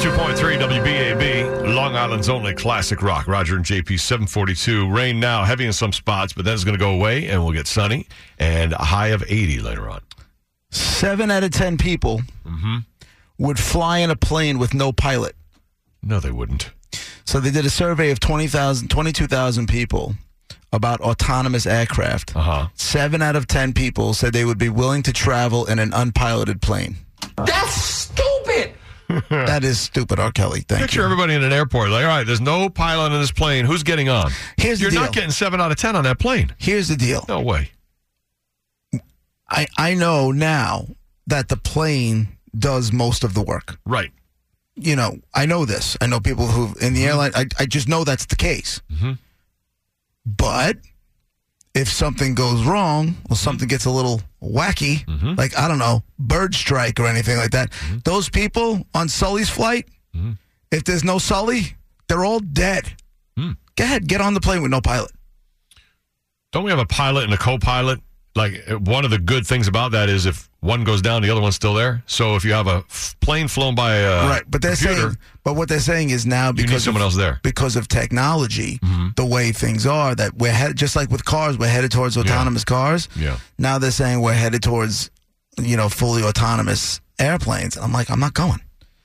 102.3 WBAB, Long Island's only classic rock. Roger and JP, 742. Rain now, heavy in some spots, but then it's going to go away and we'll get sunny and a high of 80 later on. Seven out of ten people would fly in a plane with no pilot. No, they wouldn't. So they did a survey of 20,000, 22,000 people about autonomous aircraft. Uh-huh. Seven out of ten people said they would be willing to travel in an unpiloted plane. That's stupid. that is stupid, R. Kelly. Thank Picture you. everybody in an airport like, all right, there's no pilot in this plane. Who's getting on? Here's the You're not deal. getting 7 out of 10 on that plane. Here's the deal. No way. I, I know now that the plane does most of the work. Right. You know, I know this. I know people who in Mm-hmm. the airline. I, I just know that's the case. But if something goes wrong Mm-hmm. or something gets a little wacky, like I don't know, bird strike or anything like that, Mm-hmm. those people on Sully's flight, if there's no Sully, they're all dead. Mm. Go ahead, get on the plane with no pilot. Don't we have a pilot and a co-pilot? Like uh, one of the good things about that is if one goes down, the other one's still there. So if you have a f- plane flown by a right, but they're Uh, computer, saying, but what they're saying is now you because need of- someone else there. because of technology, the way things are, that we're head, just like with cars, we're headed towards autonomous cars. Yeah. Now they're saying we're headed towards, you know, fully autonomous airplanes. I'm like, I'm not going.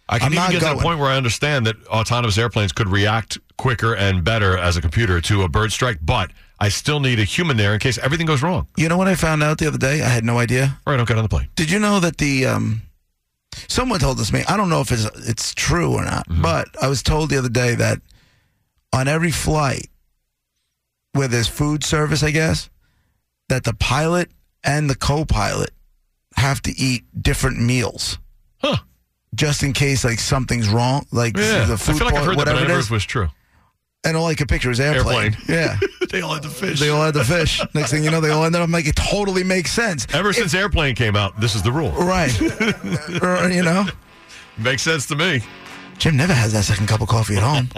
I can I'm even not get to going. the point where I understand that autonomous airplanes could react quicker and better as a computer to a bird strike, but I still need a human there in case everything goes wrong. You know what I found out the other day? I had no idea. All right, don't get on the plane. Did you know that the um, someone told this to me? I don't know if it's it's true or not, Mm-hmm. but I was told the other day that on every flight where there's food service, I guess that the pilot and the co-pilot have to eat different meals Huh? just in case like something's wrong, like Yeah. I the food feel like I've port- heard that, but whatever I it never is. it was true. And all I could picture is airplane. Airplane. Yeah. they all had the fish. They all had the fish. Next thing you know, they all ended up. I'm like, it totally makes sense. Ever since airplane came out, this is the rule. Right. or, you know? Makes sense to me. Jim never has that second cup of coffee at home.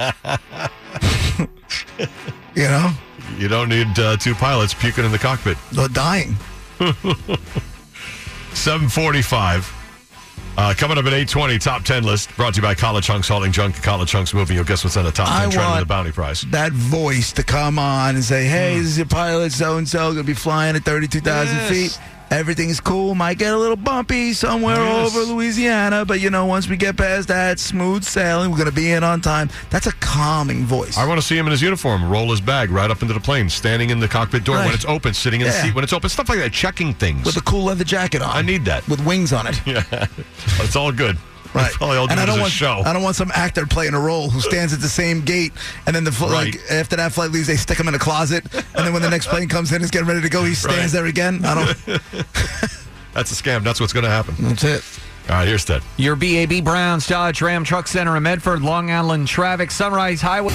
you know, You don't need uh, two pilots puking in the cockpit. they're dying. 745. Uh, coming up at 820, top 10 list brought to you by College Hunks Hauling Junk, and College Hunks Moving. You'll guess what's on the top 10 I trend of want- the bounty prize. That voice to come on and say, "Hey, this is your pilot, so and so, gonna be flying at thirty-two thousand Hmm. Yes. feet. Everything's cool. Might get a little bumpy somewhere Yes. over Louisiana, but you know, once we get past that, smooth sailing. We're gonna be in on time. That's a calming voice. I want to see him in his uniform, roll his bag right up into the plane, standing in the cockpit door when Right. it's open, sitting in the Yeah. seat when it's open, stuff like that, checking things. with a cool leather jacket on. I need that. with wings on it. It's all good. Right. That's probably all and I do don't is a want show. I don't want some actor playing a role who stands at the same gate and then the fl- Right. like after that flight leaves they stick him in a closet and then when the next plane comes in it's getting ready to go he stands Right. there again. I don't That's a scam. That's what's going to happen. That's it. All right, here's Ted. Your BAB Browns Dodge Ram Truck Center in Medford, Long Island traffic, Sunrise Highway.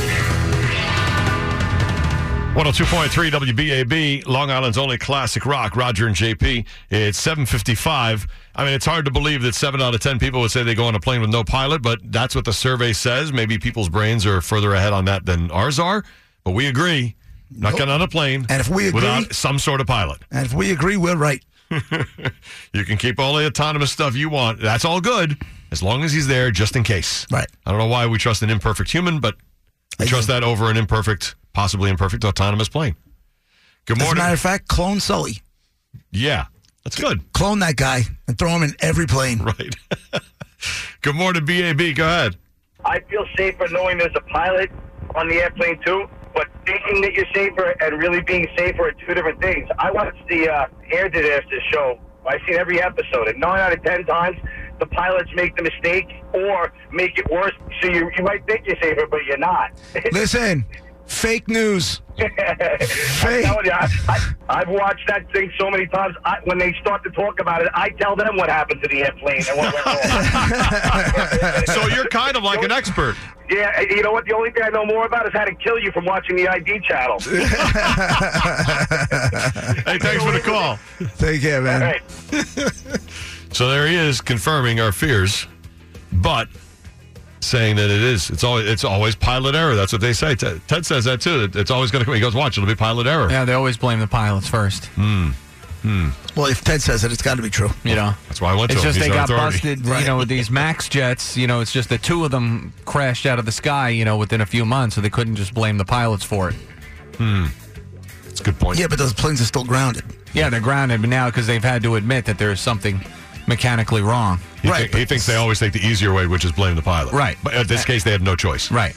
102.3 WBAB, Long Island's only classic rock, Roger and JP. It's 755. I mean, it's hard to believe that 7 out of 10 people would say they go on a plane with no pilot, but that's what the survey says. Maybe people's brains are further ahead on that than ours are, but we agree. Not getting on a plane And if we agree- without some sort of pilot. And if we agree we're right. You can keep all the autonomous stuff you want. That's all good as long as he's there just in case. Right. I don't know why we trust an imperfect human, but we I trust that over an imperfect, possibly imperfect autonomous plane. Good As a morning. matter of fact, clone Sully. yeah, that's good. Clone that guy and throw him in every plane. Right. good morning, BAB. Go ahead. I feel safer knowing there's a pilot on the airplane too. But thinking that you're safer and really being safer are two different things. I watched the uh, Air Disaster show. I've seen every episode, and nine out of ten times the pilots make the mistake or make it worse. So you, you might think you're safer, but you're not. Listen, Fake news. I'm Fake. telling you, I, I, I've watched that thing so many times. I, when they start to talk about it, I tell them what happened to the airplane and what went wrong. So you're kind of like an expert. yeah, and you know what? The only thing I know more about is how to kill you from watching the ID channel. Hey, thanks for the call. Take care, man. All right. So there he is confirming our fears, but saying that it is. It's always it's always pilot error. That's what they say. Ted, Ted says that too. that It's always going to come. He goes, watch. It'll be pilot error. Yeah, they always blame the pilots first. Well, if Ted says it, it's got to be true. You know, That's why I went to it's him. just He's they our got authority. busted. Right. You know, with these Max jets. You know, it's just the two of them crashed out of the sky. You know, within a few months, so they couldn't just blame the pilots for it. That's a good point. Yeah, but those planes are still grounded. Yeah, they're grounded, but now because they've had to admit that there's something mechanically wrong. He, Right, thi- but- he thinks they always take the easier way, which is blame the pilot. Right. But in this case, they had no choice. Right.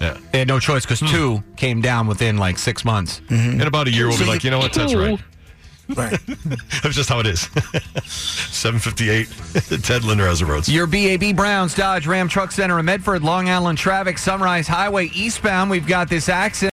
Yeah. They had no choice because two came down within like six months. In about a year, we'll be Mm-hmm. So like, you- you know what? That's right. Right. That's just how it is. 758. Ted Linder has the roads. Your BAB Browns Dodge Ram Truck Center in Medford, Long Island traffic, Sunrise Highway eastbound. We've got this accident.